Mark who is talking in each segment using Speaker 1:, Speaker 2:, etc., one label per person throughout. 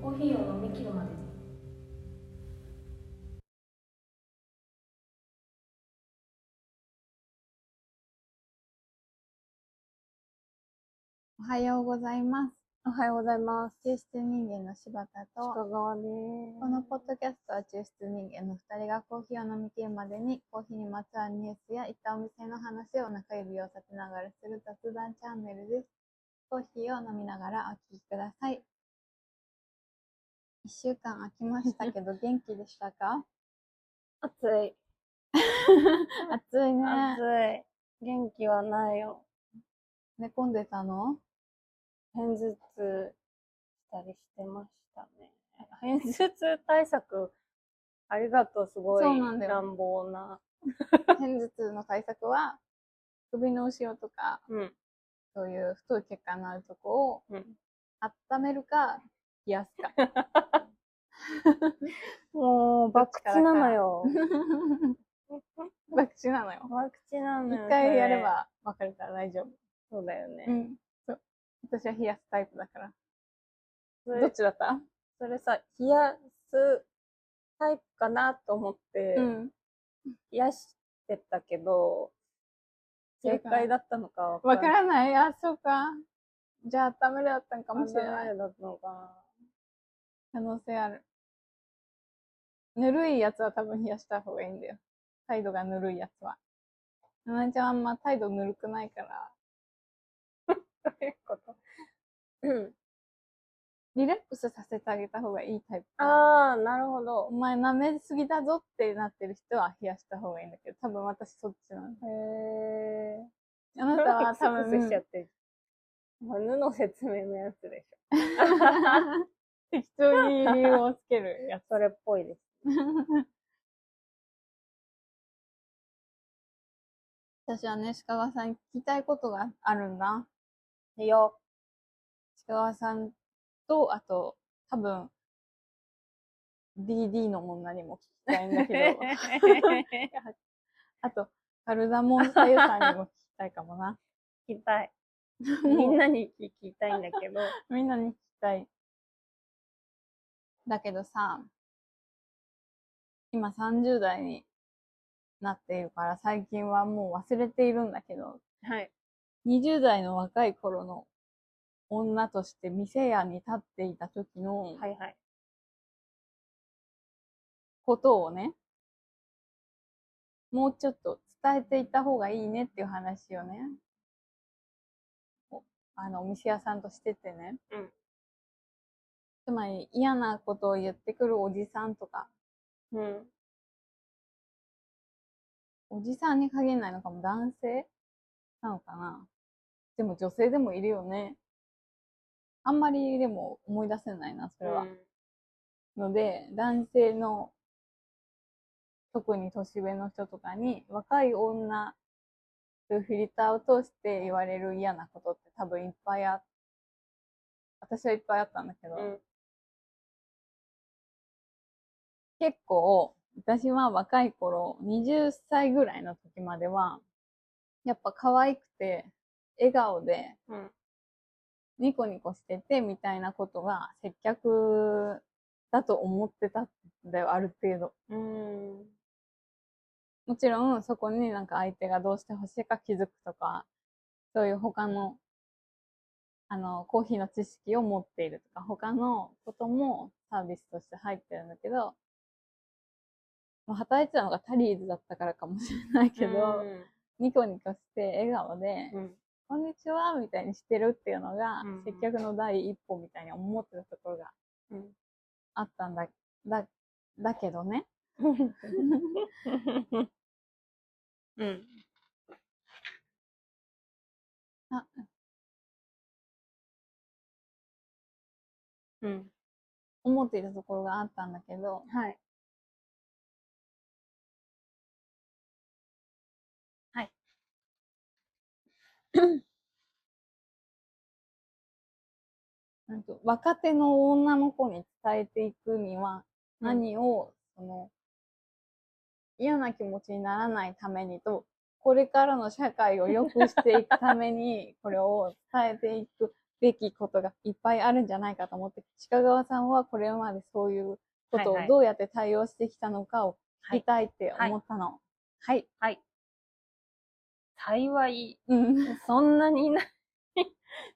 Speaker 1: コーヒーを飲み切るまで
Speaker 2: おはようございます。
Speaker 3: おはようございます。
Speaker 2: 抽出人間の柴田と、
Speaker 3: 深川で
Speaker 2: このポッドキャストは抽出人間の2人がコーヒーを飲み切るまでに、コーヒーにまつわるニュースや行ったお店の話を中指を立てながらする雑談チャンネルです。コーヒーを飲みながらお聞きください。1週間空きました けど、元気でしたか
Speaker 3: す。暑い。
Speaker 2: 暑いね。
Speaker 3: 暑い。元気はないよ。
Speaker 2: 寝込んでたの
Speaker 3: 偏頭痛したりしてましたね。偏頭痛対策、ありがとう。すごい
Speaker 2: そうなんだよ
Speaker 3: 乱暴な。
Speaker 2: 偏頭痛の対策は、首の後ろとか、
Speaker 3: うん。
Speaker 2: そういう太い血管のあるとこを、
Speaker 3: うん。
Speaker 2: 温めるか、冷やす か。
Speaker 3: もう、バクチなのよ。
Speaker 2: バクチなのよ。
Speaker 3: バクチなのよ。
Speaker 2: 一回やれ
Speaker 3: そ。
Speaker 2: ば分かるから大丈夫。
Speaker 3: そうだよ
Speaker 2: う
Speaker 3: ね。
Speaker 2: ん。そう。私は冷やすタイプだから。
Speaker 3: そ
Speaker 2: どっ
Speaker 3: れ
Speaker 2: ちだった
Speaker 3: それさ、冷やすタイプかなと思って、
Speaker 2: ん。
Speaker 3: 冷やしてたけど、正解だったのかわ
Speaker 2: わか
Speaker 3: んない。
Speaker 2: らないあ、そうか。じゃあ温めるだったんか
Speaker 3: か
Speaker 2: もしれない。
Speaker 3: だったのかな。
Speaker 2: 可能性ある。ぬるいやつは多分冷やした方がいいんだよ。態度がぬるいやつは。ななちゃんはあんま態度ぬるくないから、
Speaker 3: どういうことうん。
Speaker 2: リラックスさせてあげた方がいいタイプ。
Speaker 3: あー、なるほ
Speaker 2: お
Speaker 3: ど。
Speaker 2: 前舐めすぎだぞってなってる人は冷やした方がいいんだけど、多分私そっちなの。
Speaker 3: へえ。
Speaker 2: あなたは多分、
Speaker 3: しちゃって。まあ、ぬの説明のやつでし
Speaker 2: うん適当に理由をつけるや
Speaker 3: ょ。それっぽいです。
Speaker 2: つ。 私はね、鹿川さんに聞きたいことがあるんだ。
Speaker 3: いいよ。
Speaker 2: 鹿川さんと、あと、多分、DD の女にも聞きたいん だけど、 あと、カルダモンさゆさんにも聞きたいかも な。
Speaker 3: 聞きたい。み
Speaker 2: もうん
Speaker 3: なに聞きたいんだけど。
Speaker 2: みんなに聞きたい。だけどさ、今30代になっているから最近はもう忘れているんだけど、
Speaker 3: はい。
Speaker 2: 20代の若い頃の女として店屋に立っていた時の
Speaker 3: はいはい。
Speaker 2: ことをね、もうちょっと伝えていった方がいいねっていう話をね、おあの、お店屋さんとしててね。
Speaker 3: うん
Speaker 2: つまり嫌なことを言ってくるおじさんとか、
Speaker 3: うん。
Speaker 2: おじさんに限らないのかも男性なのかなでも女性でもいるよね。あんまりでも思い出せないな、それは。
Speaker 3: うん
Speaker 2: ので、男性の、特に年上の人とかに、若い女というフィルターを通して言われる嫌なことって多分いっぱいあ、私はいっぱいあったんだけど、
Speaker 3: うん。
Speaker 2: 結構、私は若い頃、20歳ぐらいの時までは、やっぱ可愛くて、笑顔で、
Speaker 3: うん。
Speaker 2: ニコニコしててみたいなことが接客だと思ってたんだよ、ある程度。
Speaker 3: うん。
Speaker 2: もちろんそこになんか相手がどうしてほしいか気づくとか、そういう他の、あの、コーヒーの知識を持っているとか、他のこともサービスとして入ってるんだけど、まあ働いてたのがタリーズだったからかもしれないけど、ニコニコして笑顔で、
Speaker 3: うん。
Speaker 2: こんにちはみたいにしてるっていうのが
Speaker 3: うんうん、
Speaker 2: 接客の第一歩みたいに思ってたところが
Speaker 3: うん。
Speaker 2: あったんだ、だ、だけどね。
Speaker 3: うん。
Speaker 2: あ
Speaker 3: うん。
Speaker 2: 思っていたところがあったんだけど、
Speaker 3: はい。はい。
Speaker 2: なんと若手の女の子に伝えていくには、何を、その、嫌な気持ちにならないためにと、これからの社会を良くしていくため に、これを伝えていくべきことがいっぱいあるんじゃないかと思って、鹿川さんはこれまでそういうことを
Speaker 3: はいはい
Speaker 2: どうやって対応してきたのかを聞きたいって
Speaker 3: はい
Speaker 2: 思ったの。はい。
Speaker 3: はい。幸い、
Speaker 2: うん。
Speaker 3: そんなにいない。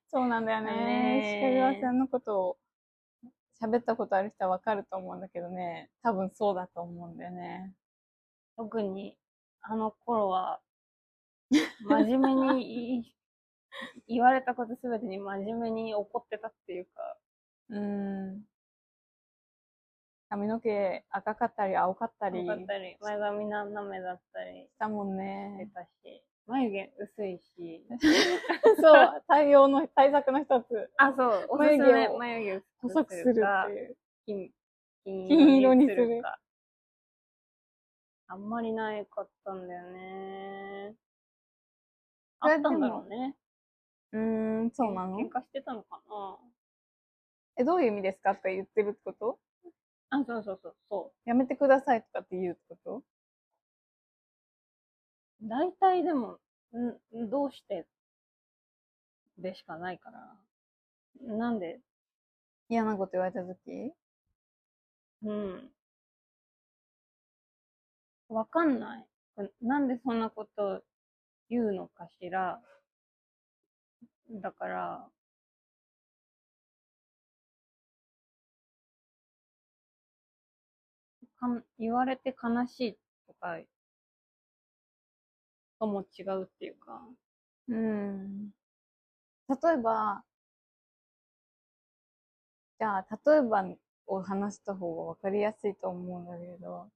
Speaker 2: そうなんだよね。鹿川
Speaker 3: ね
Speaker 2: さんのことを喋ったことある人はわかると思うんだけどね、多分そうだと思うんだよね。
Speaker 3: 特に、あの頃 は、真面目にい、言われたことすべてに真面目に怒ってたっていうか、
Speaker 2: うん。髪の毛赤かったり青かったり
Speaker 3: よかったり、前髪斜めだったり
Speaker 2: したもん
Speaker 3: して
Speaker 2: ね。
Speaker 3: たし、眉毛薄いし、
Speaker 2: そう、対応の、対策の一つ。
Speaker 3: あ、そう、おす
Speaker 2: 眉
Speaker 3: すめ
Speaker 2: 毛を
Speaker 3: 眉毛を
Speaker 2: 細くする
Speaker 3: か
Speaker 2: っていう。
Speaker 3: 金
Speaker 2: 金
Speaker 3: 金
Speaker 2: 色
Speaker 3: 色
Speaker 2: に
Speaker 3: に
Speaker 2: す
Speaker 3: す
Speaker 2: る
Speaker 3: るか。あんまりないかったんだよね。
Speaker 2: そ
Speaker 3: あ
Speaker 2: れ
Speaker 3: ったんだろうね。
Speaker 2: うーん、そうなの
Speaker 3: 喧嘩してたのかな
Speaker 2: え、どういう意味ですかとか言ってるってこと
Speaker 3: あ、そうそうそう、そ
Speaker 2: やめてくださいとかって言うってこと
Speaker 3: う。大体でも、んどうしてでしかないから。なんで、
Speaker 2: 嫌なこと言われたとき
Speaker 3: うん。わかんない。なんでそんなこと言うのかしら。だから、かん言われて悲しいとか、とも違うっていうか。
Speaker 2: うん。例えば、じゃあ、例えばを話した方が分かりやすいと思うんだけど、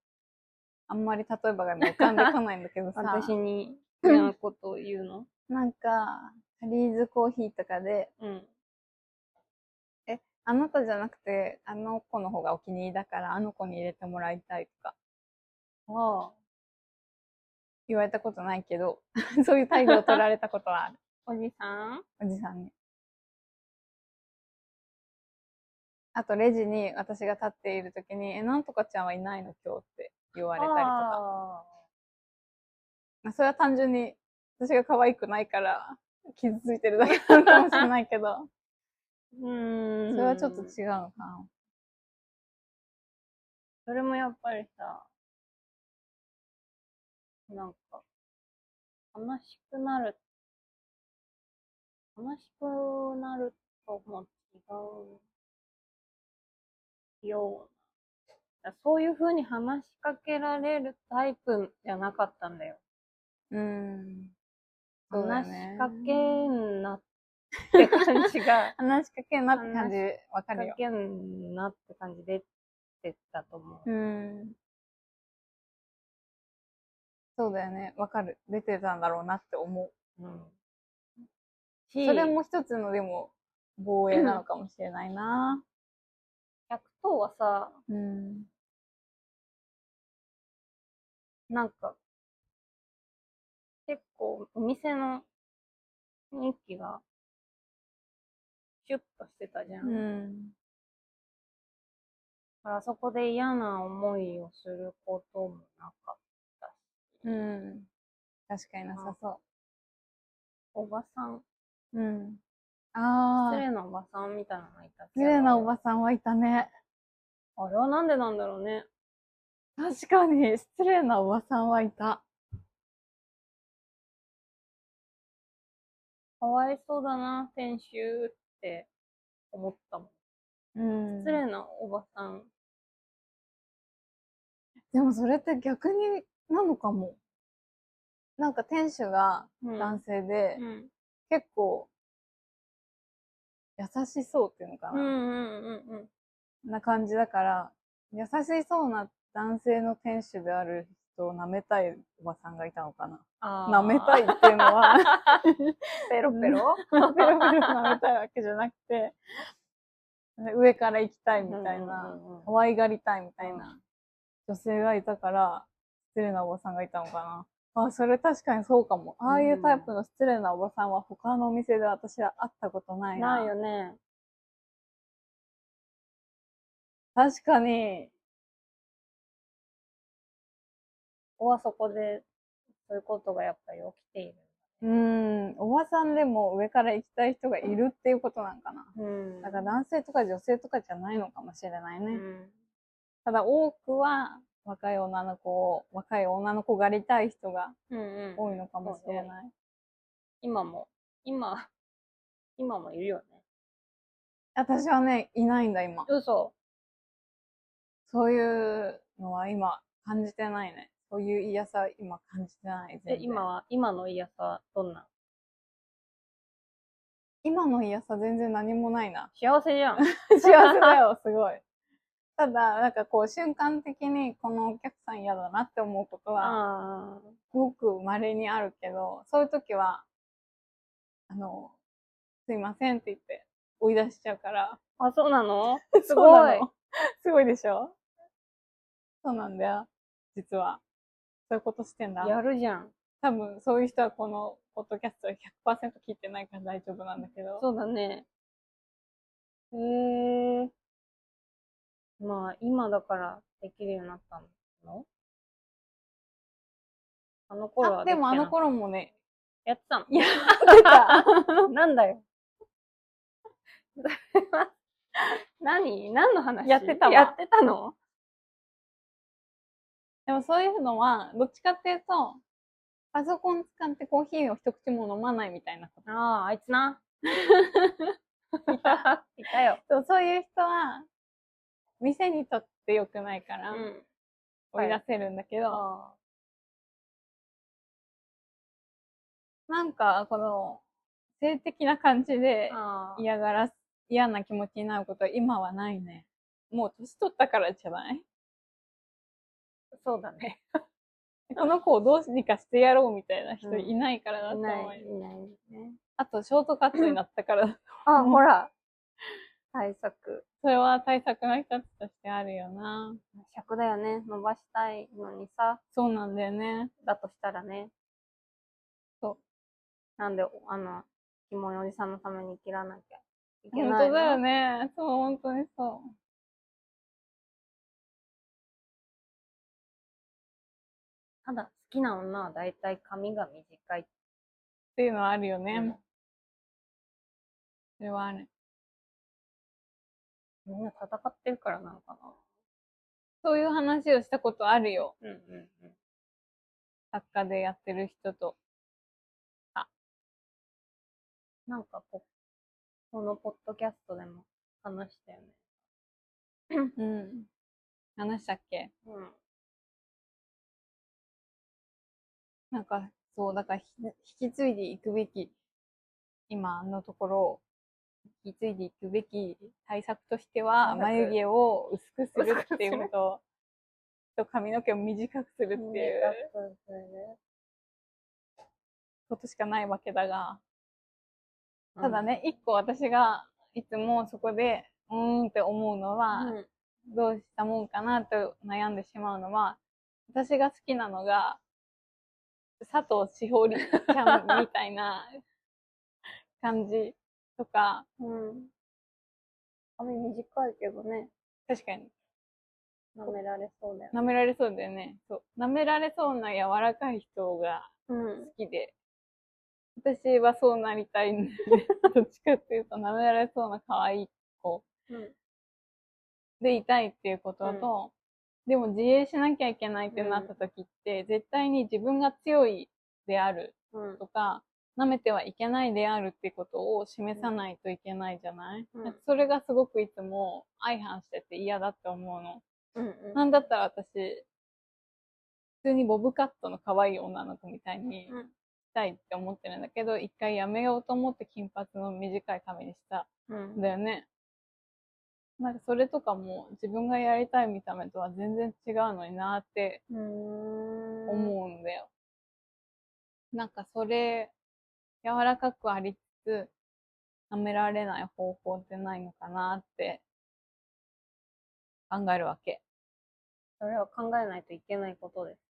Speaker 2: あんまり例えばがね浮かんでこないんだけどさ、
Speaker 3: 私に嫌なことを言うの。
Speaker 2: なんか、タリーズコーヒーとかで、
Speaker 3: うん。
Speaker 2: あなたじゃなくて、あの子の方がお気に入りだから、あの子に入れてもらいたいとか、
Speaker 3: あ
Speaker 2: 言われたことないけど、 そういう態度を取られたことはある。
Speaker 3: あ、おじさん
Speaker 2: おじさんに。あと、レジに私が立っているときに、え、なんとかちゃんはいないの今日って言われたりとか。
Speaker 3: あー
Speaker 2: まあ、それは単純に、私が可愛くないから、傷ついてるだけなのかもしれないけど、
Speaker 3: うー
Speaker 2: そ
Speaker 3: ん。
Speaker 2: れはちょっと違うのかな。
Speaker 3: それもやっぱりさ、なんか、悲しくなる。悲しくなるとも違うような。そういう風に話しかけられるタイプじゃなかったんだよ。
Speaker 2: うん。そうだよ
Speaker 3: 話
Speaker 2: ね。
Speaker 3: しかけんなって感じが
Speaker 2: 話しかけんなって感じ、わか
Speaker 3: か
Speaker 2: るよ。
Speaker 3: けんなって感じ出てたと思う。
Speaker 2: うん。そうだよね。わかる。出てたんだろうなって思う。
Speaker 3: うん。
Speaker 2: それも一つの、でも、防衛なのかもしれないな。
Speaker 3: 100頭はさ、
Speaker 2: うん。
Speaker 3: なんか、結構お店の雰囲気が、シュッとしてたじゃん。
Speaker 2: う
Speaker 3: だ
Speaker 2: ん。
Speaker 3: からあそこで嫌な思いをすることもなかった。
Speaker 2: うん。確かになさそ
Speaker 3: おばさん、
Speaker 2: う。うん。
Speaker 3: 失
Speaker 2: ああ。
Speaker 3: 礼なおばさんみたいなのがいたけど
Speaker 2: 失礼なおばさんはいたね。
Speaker 3: あれはなんでなんだろうね。
Speaker 2: 確かに、失礼なおばさんはいた。
Speaker 3: かわいそうだな、先週って思ったもん。
Speaker 2: うん
Speaker 3: 失礼なおばさん。
Speaker 2: でもそれって逆になのかも。なんか店主が
Speaker 3: うん
Speaker 2: 男性で、
Speaker 3: うん。
Speaker 2: 結構、優しそうっていうのか
Speaker 3: うん
Speaker 2: な、
Speaker 3: うんうんうん。
Speaker 2: な感じだから、優しそうな男性の店主である人を舐めたいおばさんがいたのかな
Speaker 3: あー
Speaker 2: 舐めたいっていうの は、
Speaker 3: ペロペロ
Speaker 2: ペロペロ舐めたいわけじゃなくて、上から行きたいみたいな、
Speaker 3: うんうんうん
Speaker 2: 可愛がりたいみたいな女性がいたから、失礼なおばさんがいたのかな。あ、それ確かにそうかも。ああいうタイプの失礼なおばさんは他のお店で私は会ったことないな。
Speaker 3: ないよね。
Speaker 2: 確かに。
Speaker 3: こはそこで、そういうことがやっぱり起きている。
Speaker 2: うん、おばさんでも上から行きたい人がいるっていうことなんかな。
Speaker 3: うん
Speaker 2: だから男性とか女性とかじゃないのかもしれないね。
Speaker 3: うん。
Speaker 2: ただ多くは若い女の子を、若い女の子がりたい人が
Speaker 3: うんうん。
Speaker 2: 多いのかもしれない。
Speaker 3: 今も、今、今もいるよね。
Speaker 2: 私はね、いないんだ今。
Speaker 3: 嘘。
Speaker 2: そういうのは今感じてないね。そういう嫌さは今感じてない。
Speaker 3: で、
Speaker 2: 全然
Speaker 3: 今は、今の嫌さはどんな。
Speaker 2: 今の嫌さ全然何もないな
Speaker 3: 幸せじゃん。
Speaker 2: 幸せだ よ、すごい。ただ、なんかこう瞬間的にこのお客さん嫌だなって思うことは、
Speaker 3: ああ。
Speaker 2: ごく稀にあるけど、そういう時は、あの、すいませんって言って追い出しちゃう から。
Speaker 3: あ、そうなの
Speaker 2: す
Speaker 3: ごい
Speaker 2: すごいでしょそうなんだよ。実は。そういうことしてんだ。
Speaker 3: やるじゃん。
Speaker 2: 多分、そういう人はこのポッドキャストは100%聞いてないから大丈夫なんだけど。
Speaker 3: そうだね。へえ。まあ、今だからできるようになったのあの頃
Speaker 2: あ
Speaker 3: は
Speaker 2: で
Speaker 3: きて
Speaker 2: もあ
Speaker 3: な
Speaker 2: の頃もね、
Speaker 3: やってたの。
Speaker 2: い や、出た。
Speaker 3: なんだよ。 何何の話
Speaker 2: やってたわ
Speaker 3: やってたの
Speaker 2: でもそういうのは、どっちかっていうと、パソコン使ってコーヒーを一口も飲まないみたいなこと
Speaker 3: ああ、あいつ な。いたよ。
Speaker 2: そうそういう人は、店にとって良くないから、
Speaker 3: うん。
Speaker 2: 追い出せるんだけど、
Speaker 3: あ
Speaker 2: なんか、この、性的な感じで
Speaker 3: ーあー。
Speaker 2: 嫌がらす、嫌な気持ちになることは今はないね。もう年取ったからじゃない
Speaker 3: そうだね。
Speaker 2: この子をどうにかしてやろうみたいな人いないからだと
Speaker 3: い
Speaker 2: 思
Speaker 3: な
Speaker 2: う
Speaker 3: い、
Speaker 2: よ。
Speaker 3: いないね。
Speaker 2: あと、ショートカットになったから、
Speaker 3: あ、ほら。対策。
Speaker 2: それは対策の一つとしてあるよな。
Speaker 3: 尺だよね。伸ばしたいのにさ、
Speaker 2: そうなんだよね。
Speaker 3: だとしたらね。。
Speaker 2: そう
Speaker 3: なんで、あの、ひもいおじさんのために切らなきゃいけ
Speaker 2: 本
Speaker 3: ないの。
Speaker 2: 当だよね。そう、本当にそう。
Speaker 3: ただ、好きな女は大体髪が短い。
Speaker 2: っていうのはあるよね。
Speaker 3: うん
Speaker 2: それはある。
Speaker 3: みんな戦ってるからなのか
Speaker 2: そういう話をしたことあるよ。
Speaker 3: な。うんうんうん。
Speaker 2: 作家でやってる人と。
Speaker 3: なんかこ、このポッドキャストでも話したよね。
Speaker 2: うん。話したっけ
Speaker 3: うん。
Speaker 2: なんか、そう、だからひ引き継いでいくべき、今のところ、引き継いでいくべき対策としては、
Speaker 3: 対策
Speaker 2: 眉毛を薄くするっていうこ
Speaker 3: 薄くする
Speaker 2: とと、髪の毛を短くするっていうことしかないわけだが、ただね、一個私がいつもそこで、うーんって思うのは、
Speaker 3: うん、
Speaker 2: どうしたもんかなと悩んでしまうのは、私が好きなのが、佐藤しほりちゃんみたい な感じとか、
Speaker 3: うん。髪短いけどね、
Speaker 2: 確かに
Speaker 3: 舐められそうだよね。
Speaker 2: 舐められそうだよね。そう舐められそうな柔らかい人が
Speaker 3: うん。
Speaker 2: 好きで、私はそうなりたいんだ よね。どっちかっていうと舐められそうな可愛い子
Speaker 3: うん。
Speaker 2: でいたいっていうことと、でも自衛しなきゃいけないってなった時って、絶対に自分が強いである
Speaker 3: うん
Speaker 2: と。か、舐めてはいけないであるってことを示さないといけないじゃない、
Speaker 3: うん
Speaker 2: なんかそれがすごくいつも相反してて嫌だって思うの。
Speaker 3: うん。
Speaker 2: なんだったら私、普通にボブカットの可愛い女の子みたいに
Speaker 3: うん
Speaker 2: したいって思ってるんだけど、一回やめようと思って金髪の短い髪にした
Speaker 3: うん。
Speaker 2: だよね。なんかそれとかも自分がやりたい見た目とは全然違うのになーって
Speaker 3: うーん。
Speaker 2: 思うんだよ。なんかそれ、柔らかくありつつ、舐められない方法ってないのかなって考えるわけ。
Speaker 3: それは考えないといけないことです。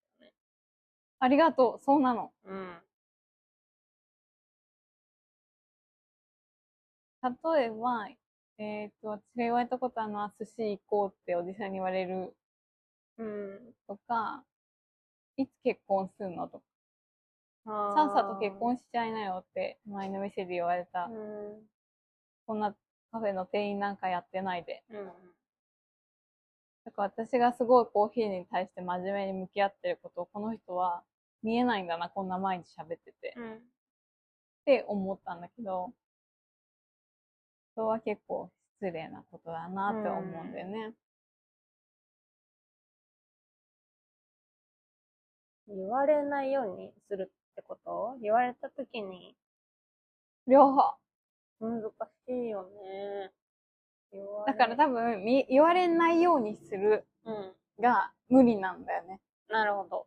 Speaker 2: ありがとう、そうなの。
Speaker 3: うん。
Speaker 2: 例えば、えっ、と、私が言われたことあるのは、寿司行こうっておじさんに言われる
Speaker 3: うん。
Speaker 2: とか、いつ結婚すんのとか、
Speaker 3: あー
Speaker 2: さっさと結婚しちゃいなよって前の店で言われた、
Speaker 3: うん。
Speaker 2: こんなカフェの店員なんかやってないで。
Speaker 3: うん。
Speaker 2: だから私がすごいコーヒーに対して真面目に向き合ってることをこの人は見えないんだな、こんな毎日喋ってて。
Speaker 3: うん。
Speaker 2: って思ったんだけど、人は結構失礼なことだなって思うんだよね。
Speaker 3: 言われないようにするってこと言われたときに
Speaker 2: 両方。
Speaker 3: 難しいよね。言われ
Speaker 2: だから多分、み言われないようにする
Speaker 3: うん。
Speaker 2: が無理なんだよね。
Speaker 3: なるほど。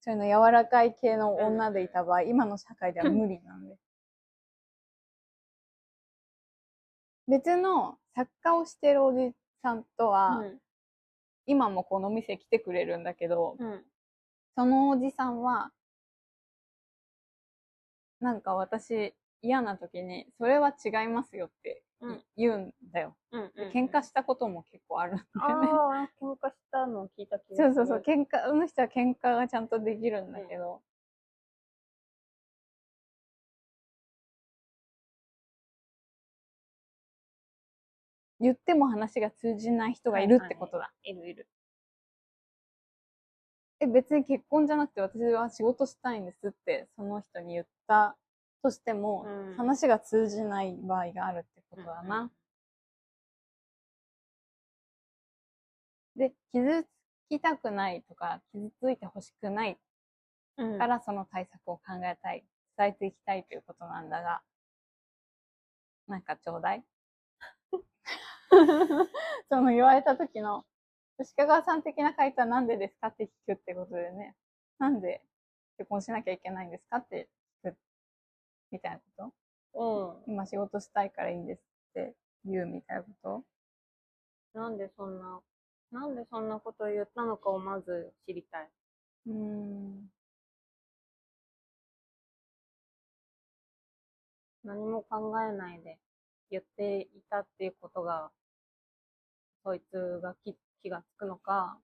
Speaker 2: そういうの柔らかい系の女でいた 場合、今の社会では無理なんです。別の作家をしてるおじさんとは、今もこの店来てくれるんだけど、
Speaker 3: うん。うん。
Speaker 2: そのおじさんは、なんか私嫌な時に、それは違いますよって
Speaker 3: うん
Speaker 2: 言うんだよ。
Speaker 3: うん。うん。
Speaker 2: 喧嘩したことも結構あるんだ
Speaker 3: あ
Speaker 2: よね。
Speaker 3: あ、喧嘩したのを聞いた気がす
Speaker 2: そ
Speaker 3: る。
Speaker 2: うそうそう、喧嘩、あの人は喧嘩がちゃんとできるんだけど。言っても話が通じない人がいるってことだ。
Speaker 3: いるいる。
Speaker 2: え、別に結婚じゃなくて私は仕事したいんですって、その人に言ったとしても、
Speaker 3: うん
Speaker 2: 話が通じない場合があるってことだな。で、傷つきたくないとか、傷ついてほしくない
Speaker 3: うん。
Speaker 2: からその対策を考えたい、伝えていきたいということなんだが、なんかちょうだいその言われた時の、吉川さん的な回答はなんでですかって聞くってことでね、なんで結婚しなきゃいけないんですかって聞く、みたいなこと
Speaker 3: う
Speaker 2: 今仕事したいからいいんですって言うみたいなこと
Speaker 3: ん。なんでそんな、なんでそんなことを言ったのかをまず知りたい。
Speaker 2: うーん。
Speaker 3: 何も考えないで言っていたっていうことが、そいつが気気がつくのか、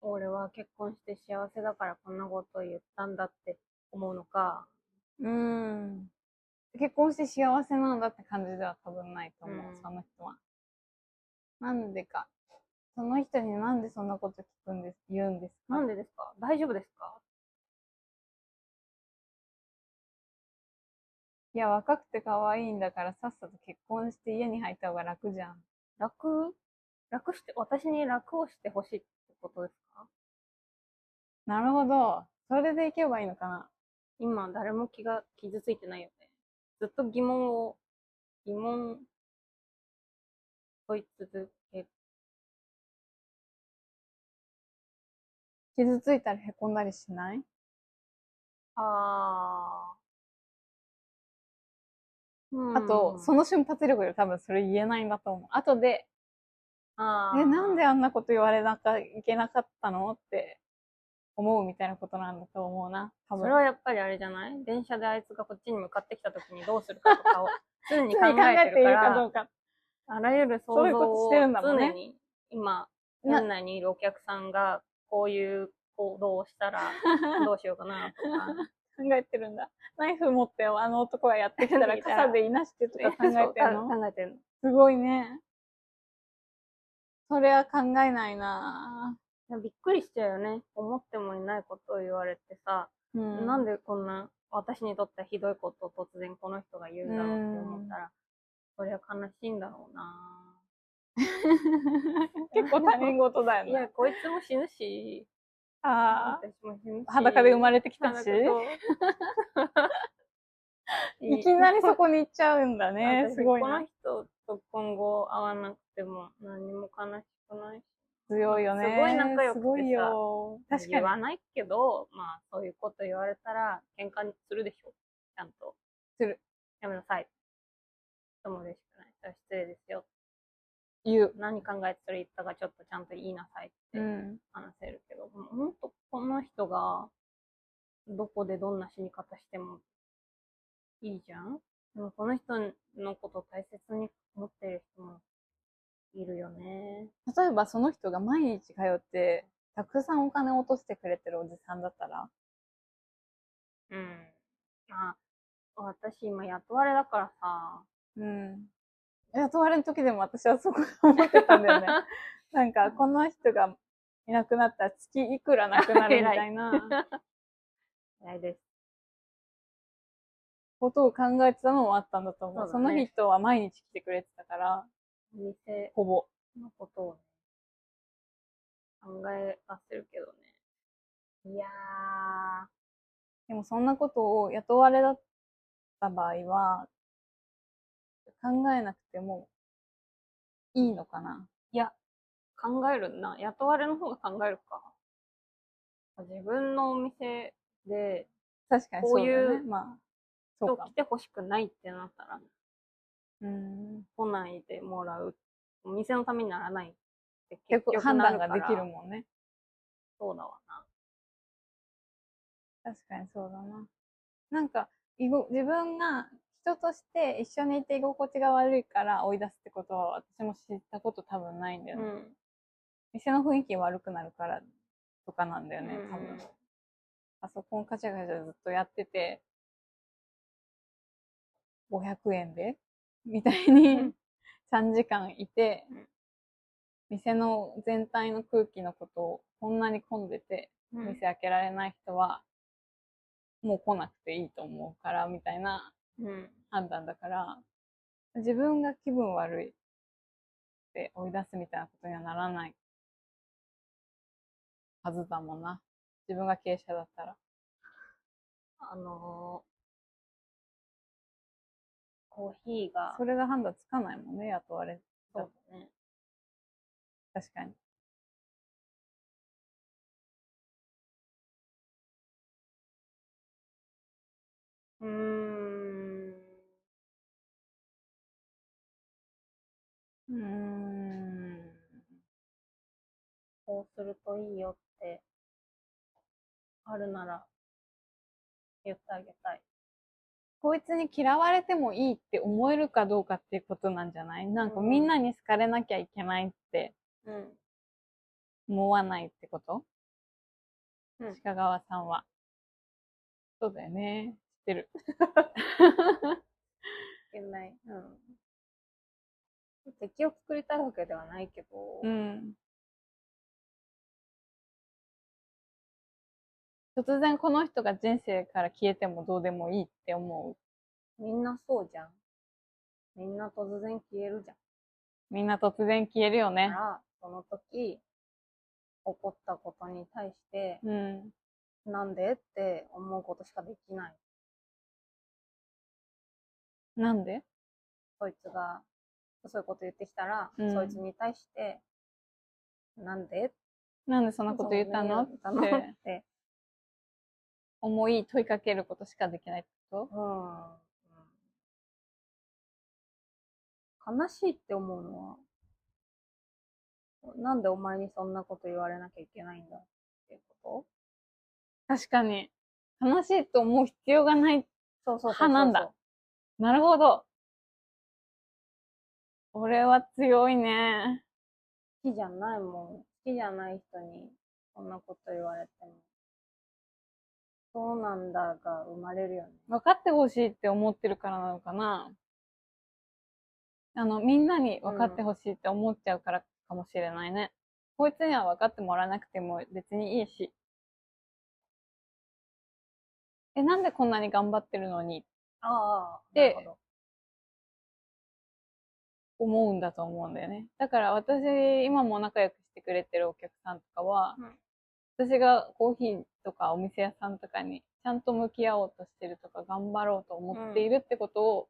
Speaker 3: 俺は結婚して幸せだからこんなことを言ったんだって思うのか、
Speaker 2: うーん。結婚して幸せなんだって感じでは多分ないと思う、
Speaker 3: うん
Speaker 2: その人は。なんでか。その人になんでそんなこと聞くんです、言うんですか
Speaker 3: なんでですか大丈夫ですか
Speaker 2: いや、若くて可愛いんだからさっさと結婚して家に入った方が楽じゃん。
Speaker 3: 楽楽して、私に楽をしてほしいってことですか
Speaker 2: なるほど。それでいけばいいのかな。
Speaker 3: 今誰も気が傷ついてないよね。ずっと疑問を、疑問、問い続け、
Speaker 2: 傷ついたり凹んだりしない
Speaker 3: あー。
Speaker 2: あと、そ
Speaker 3: の、
Speaker 2: の瞬発力で多分それ言えないんだと思う。後で、
Speaker 3: あー
Speaker 2: え、なんであんなこと言われなきゃいけなかったのって思うみたいなことなんだと思うな。多分
Speaker 3: それはやっぱりあれじゃない電車であいつがこっちに向かってきた時にどうするかとかを 常に考えてるから、
Speaker 2: うか。
Speaker 3: あらゆる想
Speaker 2: そういう
Speaker 3: 像
Speaker 2: ことし
Speaker 3: を
Speaker 2: てるんだもんね
Speaker 3: 常に今、
Speaker 2: な
Speaker 3: 店内にいるお客さんがこういう行動 をしたらどうしようかなとか。
Speaker 2: 考えてるんだ。ナイフ持ってあの男がやってきた ら
Speaker 3: 見たら
Speaker 2: 傘でいなしてとか考えてる
Speaker 3: そう
Speaker 2: の
Speaker 3: 考えてんの。
Speaker 2: すごいね。それは考えないな
Speaker 3: でもびっくりしちゃうよね。思ってもいないことを言われてさ、
Speaker 2: ぁ。うん
Speaker 3: なんでこんな私にとってはひどいことを突然この人が言うんだろうって思ったら、それは悲しいんだろうな。
Speaker 2: 結構他人事だよね
Speaker 3: いや、。こいつも死ぬし、
Speaker 2: あ
Speaker 3: 私も死ぬし。
Speaker 2: あ。裸で生ま
Speaker 3: れ
Speaker 2: れてきたし。 いき
Speaker 3: り
Speaker 2: なりそこに行っちゃうんだね。
Speaker 3: 私
Speaker 2: すごい
Speaker 3: こ
Speaker 2: な
Speaker 3: の。人と今後会わなくても何も悲しくないし。
Speaker 2: 強いよね。
Speaker 3: すごい仲良くてさ
Speaker 2: すごいよ。確か
Speaker 3: 言
Speaker 2: に。
Speaker 3: わないけど、まあ、そういうこと言われたら、喧嘩にするでしょ。ちゃんと。
Speaker 2: する。
Speaker 3: やめなさい。とも嬉しくない。それは失礼ですよ。
Speaker 2: 言う。
Speaker 3: 何考えてそれ言ったか、ちょっとちゃんと言いなさいって
Speaker 2: うん。
Speaker 3: 話せるけど、もうほんと、この人が、どこでどんな死に方しても、いいじゃんでも、この人のことを大切に思ってる人も、いるよね。
Speaker 2: 例えばその人が毎日通ってたくさんお金を落としてくれてるおじさんだったら、
Speaker 3: うん。あ、私今雇われだからさ。
Speaker 2: うん。雇われる時でも私はそこで思ってたん だよね。なんか、この人がいなくなったら月いくらなくなるみたいな
Speaker 3: 偉いです。
Speaker 2: ことを考えてたのもあったんだと思う。そ
Speaker 3: そうだね
Speaker 2: の人は毎日来てくれてたから、
Speaker 3: お店
Speaker 2: ほぼ。
Speaker 3: のことをね、考えはするけどね。いや
Speaker 2: でもそんなことを雇われだった場合は、考えなくてもいいのかな。
Speaker 3: ー、考えるな。雇われの方が考えるか。自分のお店で
Speaker 2: 確かにそうだよね。
Speaker 3: こういう
Speaker 2: まあ、そ
Speaker 3: 人
Speaker 2: うか
Speaker 3: 来。てほしくないってなったら、
Speaker 2: うん。
Speaker 3: 来ないでもらう。お店のためにならないって
Speaker 2: 結
Speaker 3: 結
Speaker 2: 構
Speaker 3: 局
Speaker 2: 判
Speaker 3: な
Speaker 2: 断
Speaker 3: る
Speaker 2: が
Speaker 3: から
Speaker 2: できるもんね。
Speaker 3: そうだわな。
Speaker 2: 確かにそうだな。なんか、居ご自分が人として一緒にいて居心地が悪いから追い出すってことは私も知ったこと多分ないんだよね。
Speaker 3: ん。
Speaker 2: 店の雰囲気悪くなるからとかなんだよね、多
Speaker 3: うんう
Speaker 2: 分
Speaker 3: ん。
Speaker 2: パソコンカチャカチャずっとやってて、500円でみたいに
Speaker 3: うん
Speaker 2: 3時間いて
Speaker 3: うん、
Speaker 2: 店の全体の空気のことをこんなに混んでて、
Speaker 3: うん
Speaker 2: 店開けられない人は、もう来なくていいと思うから、みたいな
Speaker 3: うん。
Speaker 2: 判断だから、自分が気分悪いって追い出すみたいなことにはならないはずだもんな。自分が経営者だったら。
Speaker 3: あのーコーヒーが、
Speaker 2: それが判断つかないもんね、雇われ。
Speaker 3: そうだね。
Speaker 2: 確かに。
Speaker 3: うーん。
Speaker 2: うーん。
Speaker 3: こうするといいよって、あるなら、言ってあげたい。
Speaker 2: こいつに嫌われてもいいって思えるかどうかっていうことなんじゃないなんかみんなに好かれなきゃいけないって
Speaker 3: うん。
Speaker 2: 思わないってこと、
Speaker 3: うん
Speaker 2: 鹿川さんは。そうだよね。知 ってる。
Speaker 3: いけない。うん。敵を作りたいわけではないけど、
Speaker 2: うん。突然この人が人生から消えてもどうでもいいって思
Speaker 3: みんなそうじゃん。みんな突然消えるじゃん。
Speaker 2: う。みんな突然消えるよ
Speaker 3: だか
Speaker 2: ね。
Speaker 3: ら、その時、起こったことに対して、
Speaker 2: うん。
Speaker 3: なんでって思うことしかできない。
Speaker 2: なんで
Speaker 3: そいつが、そういうこと言ってきたら、
Speaker 2: うん
Speaker 3: そいつに対して、なんで
Speaker 2: なんでそんなこと言ったのっ
Speaker 3: そんなこと言ったの
Speaker 2: て
Speaker 3: って。
Speaker 2: 思い問いかけることしかできないってこ
Speaker 3: うん。悲しいって思うのは、なんでお前にそんなこと言われなきゃいけないんだっていうこ
Speaker 2: と
Speaker 3: と
Speaker 2: 確かに。悲しいと思う必要がない。
Speaker 3: そうそうそうそう。
Speaker 2: 歯なんだ。なるほど。俺は強いね。
Speaker 3: 好きじゃないもん。好きじゃない人にこんなこと言われても。そうなんだが生まれるよね。
Speaker 2: 分かってほしいって思ってるからなのかな。あの、みんなに分かってほしいって思っちゃうからかもしれないね。こいつには分かってもらわなくても別にいいし。え、なんでこんなに頑張ってるのに
Speaker 3: ああ、
Speaker 2: で
Speaker 3: なるほど
Speaker 2: 思うんだと思うんだよね。だから私、今も仲良くしてくれてるお客さんとかは、私がコーヒーとかお店屋さんとかにちゃんと向き合おうとしてるとか、頑張ろうと思っているってことを、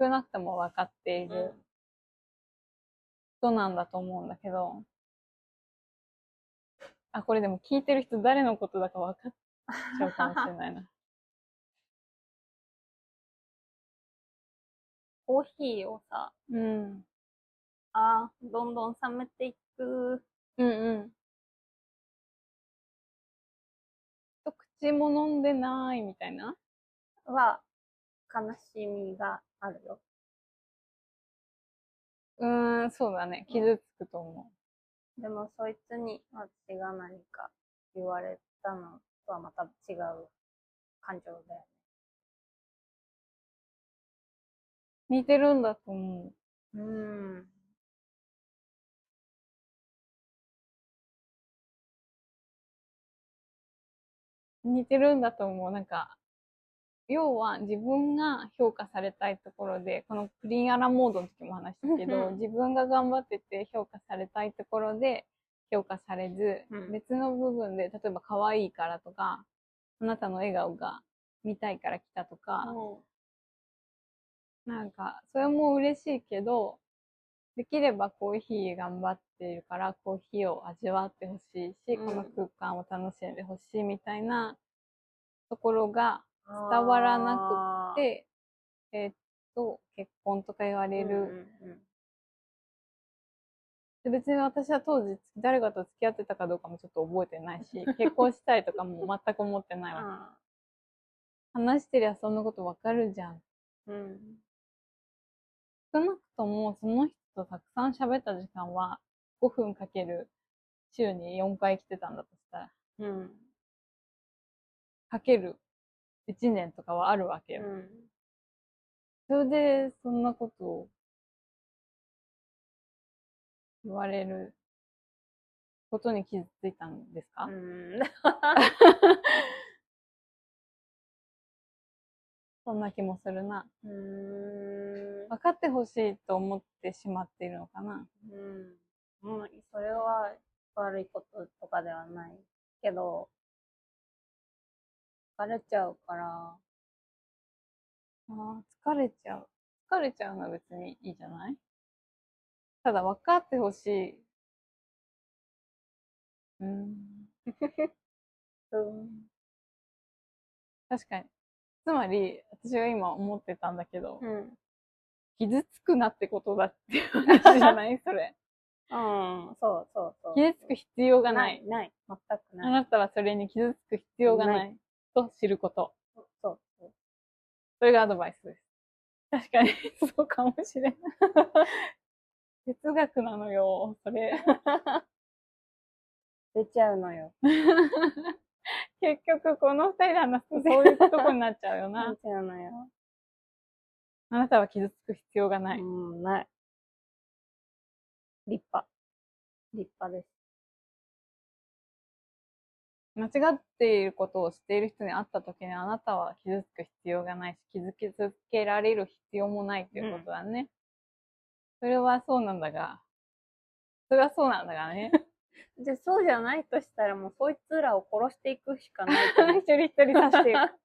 Speaker 2: 少なくとも分かっている人なんだと思うんだけど、あ、これでも聞いてる人誰のことだか分かっちゃうかもしれ ないな。
Speaker 3: コーヒーをさ、
Speaker 2: うん。
Speaker 3: ああ、どんどん冷めていく。
Speaker 2: うんうん。一口も飲んでないみたいな。
Speaker 3: は、悲しみがあるよ。
Speaker 2: うーん、そうだね。傷つくと思
Speaker 3: でもそいつに私が何か言われたのとはまた違う感情だよ
Speaker 2: 似てるんだと思う。
Speaker 3: ね。うん。
Speaker 2: 似てるんだと思う。なんか、要は自分が評価されたいところで、このクリーンアラモードの時も話したけ
Speaker 3: うんう
Speaker 2: ど、
Speaker 3: ん
Speaker 2: 自分が頑張ってて評価されたいところで評価されず、
Speaker 3: うん
Speaker 2: 別の部分で、例えば可愛いからとか、あなたの笑顔が見たいから来たとか、なんか、それも嬉しいけど、できればコーヒー頑張っているから、コーヒーを味わってほしいし、
Speaker 3: うん
Speaker 2: この空間を楽しんでほしいみたいなところが伝わらなく
Speaker 3: っ
Speaker 2: で、えーっと、結婚とか言われる。で別に私は当時、誰かと付き合ってたかどうかもちょっと覚えてないし、結婚したいとかも全く思ってないわけ。話してりゃそんなことわかるじゃん。
Speaker 3: うん。
Speaker 2: 少なくともその人とたくさん喋った時間は5分かける週に4回来てたんだとしたら、
Speaker 3: うん。
Speaker 2: かける1年とかはあるわけよ。
Speaker 3: うん。
Speaker 2: それでそんなことを言われることに気づいたんですか、
Speaker 3: うん。
Speaker 2: そんな気もするな。
Speaker 3: うん。
Speaker 2: 分かってほしいと思ってしまっているのかな。
Speaker 3: うん。もう、それは悪いこととかではないけど、疲れちゃうから、
Speaker 2: ああ、疲れちゃう。疲れちゃうのは別にいいじゃないただ分かってほしい。うん。
Speaker 3: うん。
Speaker 2: 確かに。つまり、私が今思ってたんだけど、
Speaker 3: うん。
Speaker 2: 傷つくなってことだっていう話じゃないそ れ。
Speaker 3: うん、そうそうそう。
Speaker 2: 傷つく必要がない。
Speaker 3: ない、ない、全く
Speaker 2: あ
Speaker 3: ない。
Speaker 2: なたはそれに傷つく必要がない。
Speaker 3: な
Speaker 2: と知ること。
Speaker 3: そうそう。
Speaker 2: それがアドバイスです。確かに、 そうかもしれない。 哲学なのよ、それ。
Speaker 3: 出ちゃうのよ。
Speaker 2: 結局、この二人で話すとそういうとこになっ ちゃうよ
Speaker 3: 出
Speaker 2: な。
Speaker 3: ちゃうのよ。
Speaker 2: あなたは傷つく必要がない。
Speaker 3: うん、ない。立派。立派です。
Speaker 2: 間違っていることをしている人に会った時にあなたは傷つく必要がないし、傷つけられる必要もないということだね。それはそうなんだが、それはそうなんだが ね。
Speaker 3: で、そうじゃないとしたらもうそいつらを殺していくしかないと思う
Speaker 2: 一人一人刺していく。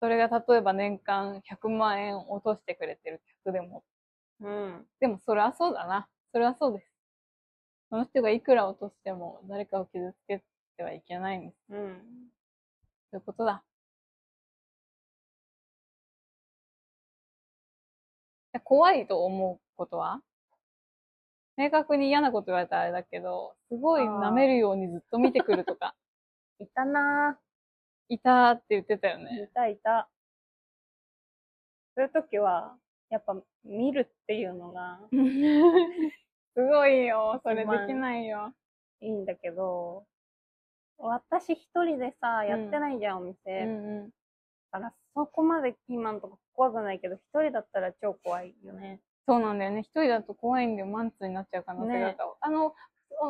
Speaker 2: それが例えば年間100万円落としてくれてる客でも、
Speaker 3: うん。
Speaker 2: でもそれはそうだな。それはそうです。その人がいくら落としても誰かを傷つけてはいけないんです。
Speaker 3: うん。
Speaker 2: ということだ。怖いと思うことは明確に嫌なこと言われたらあれだけど、すごい舐めるようにずっと見てくると か、
Speaker 3: いたな
Speaker 2: 痛いたって言ってたよ
Speaker 3: ぁ。
Speaker 2: ね。
Speaker 3: いたいた。そういう時は、やっぱ見るっていうのが
Speaker 2: すごいよ。それ
Speaker 3: すまん
Speaker 2: できないよ。
Speaker 3: いいんだけど、私一人でさ、やってないじゃん、お
Speaker 2: う
Speaker 3: 店。
Speaker 2: んうん。
Speaker 3: だからそこまで今のとこ怖くないけど、一人だったら超怖いよね。
Speaker 2: そうなんだよね。一人だと怖いんだよ。マンツーになっちゃう可能性があるから。あの、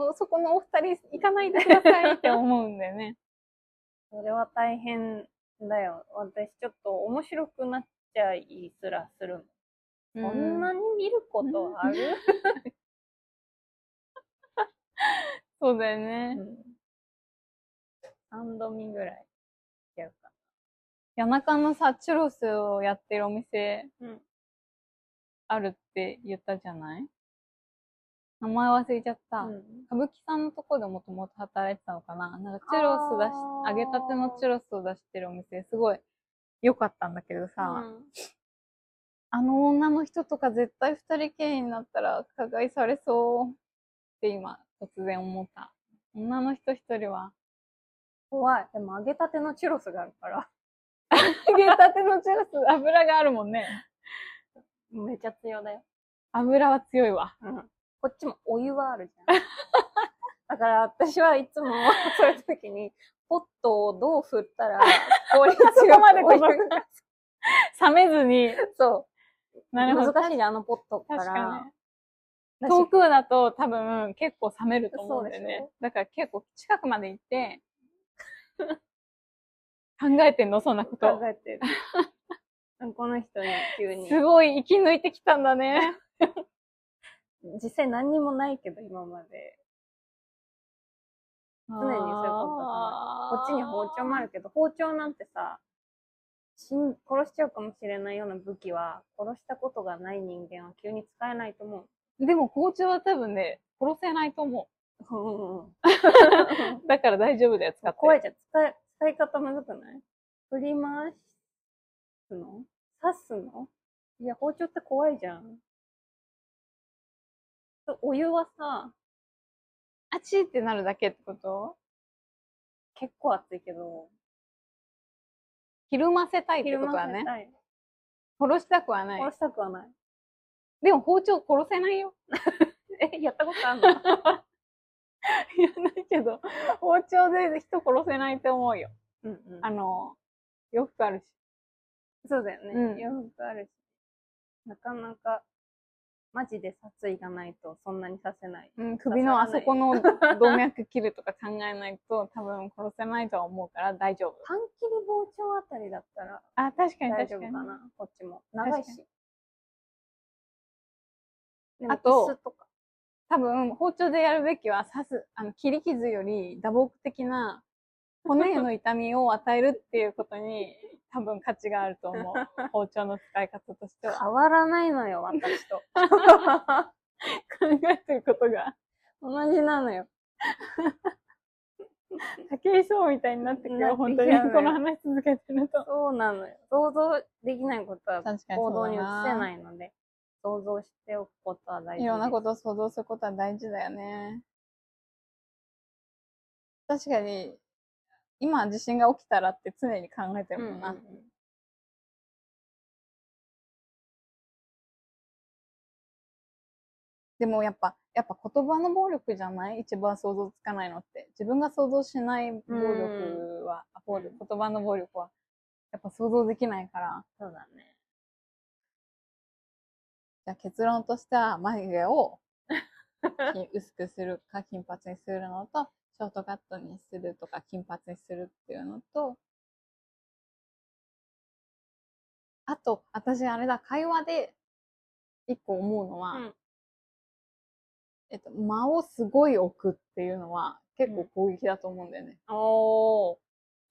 Speaker 2: おそこのお二人行かないでくださいって思うんだよ ね。
Speaker 3: それは大変だよ。私ちょっと面白くなっちゃいすらするもん。こんなに見ることある、
Speaker 2: そうだよね。
Speaker 3: うん、?3 度見ぐらいやるか。
Speaker 2: 谷中のさ、チュロスをやってるお店
Speaker 3: うん
Speaker 2: あるって言ったじゃない名前忘れちゃった。
Speaker 3: うん
Speaker 2: 歌舞伎さんのとこでもともと働いてたのかななんかチュロス出し
Speaker 3: あー、
Speaker 2: 揚げたてのチュロスを出してるお店、すごい良かったんだけどさ、あの女の人とか絶対二人きりになったら加害されそうって今、突然思った。女の人一人は、
Speaker 3: 怖い。でも揚げたてのチュロスがあるから、
Speaker 2: 揚げたてのチュロス、油があるもんね。
Speaker 3: めちゃ強だよ。
Speaker 2: 油は強いわ。
Speaker 3: うん。こっちもお湯はあるじ ゃん。だから私はいつも そういう時に、ポットをどう振っ たら効率よく
Speaker 2: そこまで
Speaker 3: お湯
Speaker 2: こそ
Speaker 3: が
Speaker 2: 冷めずに。
Speaker 3: そう。
Speaker 2: なるほど。
Speaker 3: 難しいじゃん、あのポットから。
Speaker 2: 確かに。
Speaker 3: だし
Speaker 2: 遠くだと多分結構冷めると思うんだよ
Speaker 3: そうで
Speaker 2: ね
Speaker 3: し。
Speaker 2: だから結構近くまで行 って、考えてんの、そんなこ
Speaker 3: 考
Speaker 2: と。
Speaker 3: えてる。うんこの人に急に。
Speaker 2: すごい生き抜いてきたんだね。
Speaker 3: 実際何にもないけど、今まで。
Speaker 2: 常
Speaker 3: にそういうことこっちに包丁もあるけど、包丁なんてさ、死ん殺しちゃうかもしれないような武器は、殺したことがない人間は急に使えないと思う。
Speaker 2: でも包丁は多分ね、殺せないと思
Speaker 3: うん うん
Speaker 2: う。だから大丈夫だよ、使
Speaker 3: うん、
Speaker 2: って。
Speaker 3: 怖いじゃん。使い、使い方むずくない振り回すの刺すのいや、包丁って怖いじゃん。そうお湯はさ、
Speaker 2: あちーってなるだけってこと
Speaker 3: 結構熱いけど、
Speaker 2: ひるませたいって
Speaker 3: 昼
Speaker 2: ことは
Speaker 3: 間
Speaker 2: ね
Speaker 3: せ。たい。
Speaker 2: 殺したくはない。
Speaker 3: 殺したくはない。
Speaker 2: でも包丁殺せないよ。
Speaker 3: え、やったことある の
Speaker 2: いや、ないけど、包丁で人殺せないと思うよ。
Speaker 3: うんうん
Speaker 2: あの、洋服あるし。
Speaker 3: そうだよ
Speaker 2: うん
Speaker 3: ね。洋服あるし。なかなか、マジで殺意がないとそんなにさせない。
Speaker 2: うん、首のあそこの動脈切るとか考えないと多分殺せないとは思うから大丈夫。
Speaker 3: 短切り包丁あたりだったら
Speaker 2: あ、確かに確
Speaker 3: 大丈夫
Speaker 2: か
Speaker 3: か
Speaker 2: に。
Speaker 3: な、こっちも。長いし。でも
Speaker 2: あと
Speaker 3: 椅子か
Speaker 2: 多分包丁でやるべきは刺す、あの、切り傷より打撲的な骨への痛みを与えるっていうことに多分価値があると思 う。包丁の使い方としては。
Speaker 3: 変わらないのよ、私 と。
Speaker 2: 考えてることが、
Speaker 3: 同じなのよ。
Speaker 2: 竹井壮みたいになってく
Speaker 3: なってきちゃう
Speaker 2: よ。本当に
Speaker 3: のよ
Speaker 2: この話続けてると。
Speaker 3: そうなのよ。想像できないことは
Speaker 2: 確かにそ
Speaker 3: 行
Speaker 2: う
Speaker 3: 動
Speaker 2: だな
Speaker 3: に移せないので、想像しておくことは大事。
Speaker 2: いろんなこととを想像することは大事だよね。確かに、今地震が起きたらって常に考えてる
Speaker 3: う
Speaker 2: も
Speaker 3: んうんん
Speaker 2: な。
Speaker 3: うん
Speaker 2: でもやっぱ、やっぱ言葉の暴力じゃない一番想像つかないのって。自分が想像しない暴力は、あ暴力、言葉の暴力は、やっぱ想像できないから。
Speaker 3: そうだね。
Speaker 2: じゃあ結論としては、眉毛をき薄くするか金髪にするのと、ショートカットにするとか金髪にするっていうのと、あと、私あれだ、会話で一個思うのは、
Speaker 3: うん
Speaker 2: えっと、間をすごい置くっていうのは結構攻撃だと思うんだよね。
Speaker 3: おー。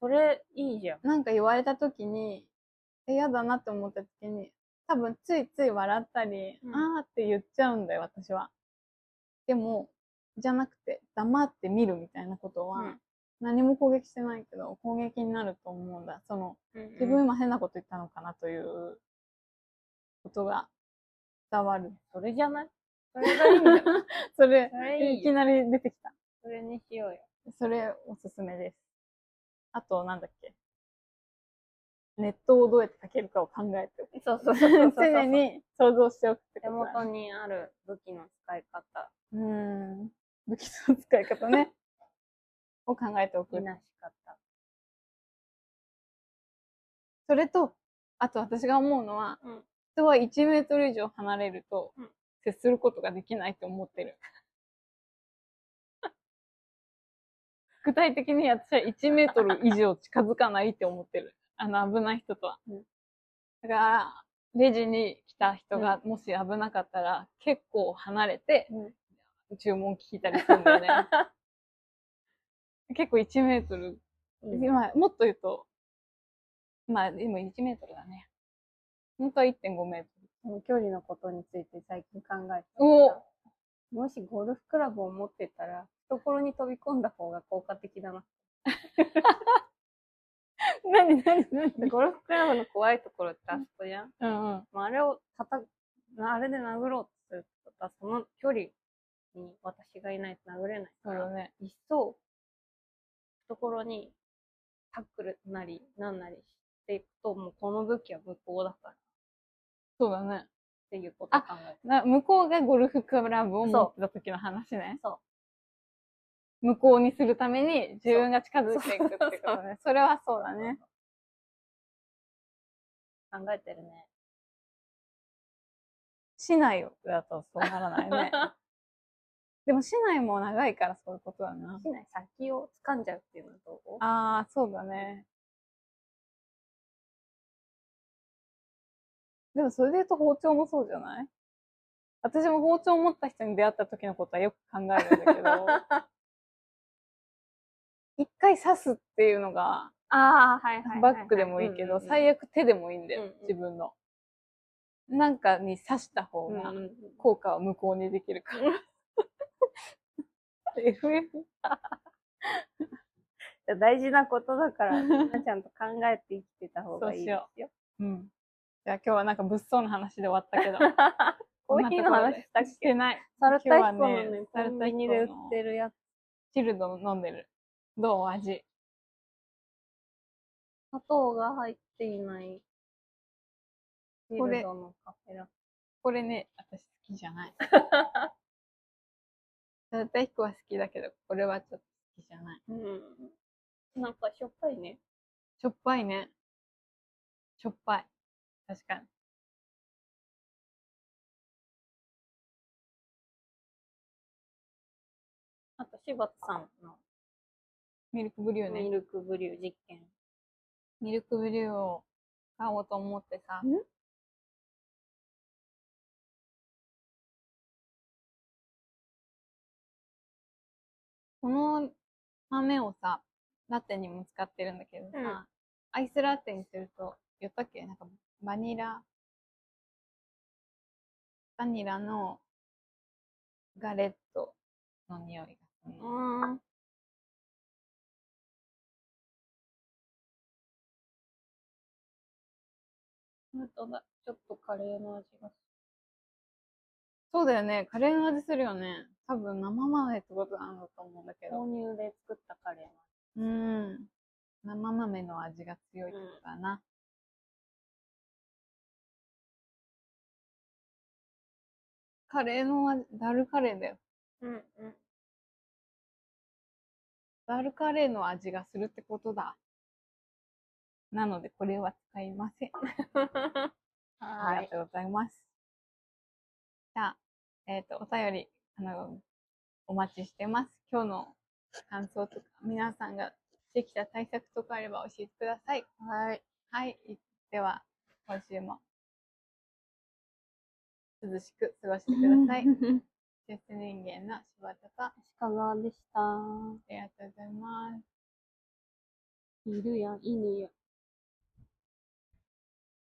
Speaker 3: それ、いいじゃん。
Speaker 2: なんか言われた時に、え嫌だなって思った時に、多分ついつい笑ったり、
Speaker 3: うん
Speaker 2: あーって言っちゃうんだよ、私は。でも、じゃなくて、黙って見るみたいなことは、
Speaker 3: うん
Speaker 2: 何も攻撃してないけど、攻撃になると思うんだ。その、自
Speaker 3: 自
Speaker 2: 分今変なこと言ったのかなということが伝わる。
Speaker 3: それじゃないそれがいいんだ よ。
Speaker 2: それ
Speaker 3: そ、れい
Speaker 2: い
Speaker 3: い
Speaker 2: き
Speaker 3: よ。
Speaker 2: なり出てきた。
Speaker 3: それにしようよ。
Speaker 2: それおすすめです。あと、なんだっけ。ネットをどうやってかけるかを考えておく。
Speaker 3: そうそうそうそう そう。
Speaker 2: 常に想像しておくってこ
Speaker 3: 手
Speaker 2: とだ
Speaker 3: 元
Speaker 2: ね。
Speaker 3: にある武器の使い方、
Speaker 2: うーん。武器の使い方ね。 を考えてお
Speaker 3: い
Speaker 2: く。
Speaker 3: なし方。
Speaker 2: それと、あと私が思うのは、
Speaker 3: うん
Speaker 2: 人は1メートル以上離れると
Speaker 3: うん、
Speaker 2: 接することができないと思ってる。 具体的に私は1メートル以上近づかないって思ってる。あの、危ない人とは。
Speaker 3: うん
Speaker 2: だから、レジに来た人がもし危なかったら、結構離れて、
Speaker 3: うん
Speaker 2: 注文聞いたりするんだよ ね。結構1メートル今、もっと言うと、まあ、今1メートルだね。本当は1.5メート
Speaker 3: 距離のことについて最近考えて
Speaker 2: ル。お
Speaker 3: もしゴルフクラブを持ってたら、懐に飛び込んだ方が効果的だ な。
Speaker 2: なになになに
Speaker 3: ゴルフクラブの怖いところってあそこじゃん。
Speaker 2: うんうん。
Speaker 3: まあ、あれを叩く、あれで殴ろうとするってことは、その距離に私がいないと殴れない
Speaker 2: そ
Speaker 3: か
Speaker 2: うだ
Speaker 3: ら、
Speaker 2: ね。
Speaker 3: 一層、懐にタックルなり、なんなりしていくと、もうこの武器は無効だから。
Speaker 2: そうだね。
Speaker 3: っていうことを考えて。
Speaker 2: な向こうがゴルフクラブを持ってた時の話ね。
Speaker 3: そ
Speaker 2: 向こうにするために自分が近づいていくってことね。
Speaker 3: そ
Speaker 2: そうれはそうだね。
Speaker 3: 考えてるね。
Speaker 2: 市内だとそうならない ね。でも市内も長いからそういうことだな。
Speaker 3: しない先を掴んじゃうっていうのはどう
Speaker 2: ああ、そうだね。でもそれで言うと包丁もそうじゃない私も包丁を持った人に出会った時のことはよく考えるんだけど、一回刺すっていうのが、
Speaker 3: ああ、はいはいはいはい。
Speaker 2: バッグでもいいけど、最悪手でもいいんだ
Speaker 3: うん
Speaker 2: よ
Speaker 3: うん、
Speaker 2: 自分の。なんかに刺した方
Speaker 3: うんうん
Speaker 2: が
Speaker 3: うん
Speaker 2: 効果は無効にできるから。FF?
Speaker 3: じゃあ大事なことだ から、みんなちゃんと考えて生きてた方がいいですよ。
Speaker 2: うん。じゃあ今日はなんか物騒な話で終わったけど。
Speaker 3: コーヒーの話 したっ
Speaker 2: し
Speaker 3: け
Speaker 2: てない。
Speaker 3: サルタヒコの
Speaker 2: 今日は
Speaker 3: ね
Speaker 2: ね、
Speaker 3: コンビニで売ってるやつ。
Speaker 2: チルド飲んでる。どう味。
Speaker 3: 砂糖が入っていない。チ
Speaker 2: これ
Speaker 3: ルドのカフェラテ
Speaker 2: これね、私好きじゃ ない。サルタヒコは好きだけど、これはちょっと好きじゃない。
Speaker 3: うん。なんかしょっぱいね。
Speaker 2: しょっぱいね。しょっぱい。確かに。
Speaker 3: あと、柴田さんの
Speaker 2: ミルクブリューね。
Speaker 3: ミルクブリュー実験。
Speaker 2: ミルクブリューを買おうと思ってさ
Speaker 3: ん。
Speaker 2: この豆をさ、ラテにも使ってるんだけどさ、
Speaker 3: うん
Speaker 2: アイスラテにすると、言ったっけなんかバニラ、バニラのガレットの匂いがするの。
Speaker 3: うん。本当だ。ちょっとカレーの味がす
Speaker 2: そうだよね。カレーの味するよね。多分生豆ってことなんだと思うんだけ
Speaker 3: る。
Speaker 2: ど。
Speaker 3: 豆乳で作ったカレーの
Speaker 2: うん。生豆の味が強いってことだな。カレーの味、ダルカレーだよ。
Speaker 3: 味。うんうん。
Speaker 2: ダルカレーの味がするってことだ。なので、これは使いません。あ
Speaker 3: は
Speaker 2: り
Speaker 3: い。
Speaker 2: がとうございます。じゃあ、えっ、と、お便り、あの、お待ちしてます。今日の感想とか、皆さんができた対策とかあれば教えてください。はい。はい。では、今週も、涼しく過ごしてくだ さい。チェス人間の柴田さん、あ
Speaker 3: 鹿川でした。
Speaker 2: りがとうございます。
Speaker 3: いるやん、犬や。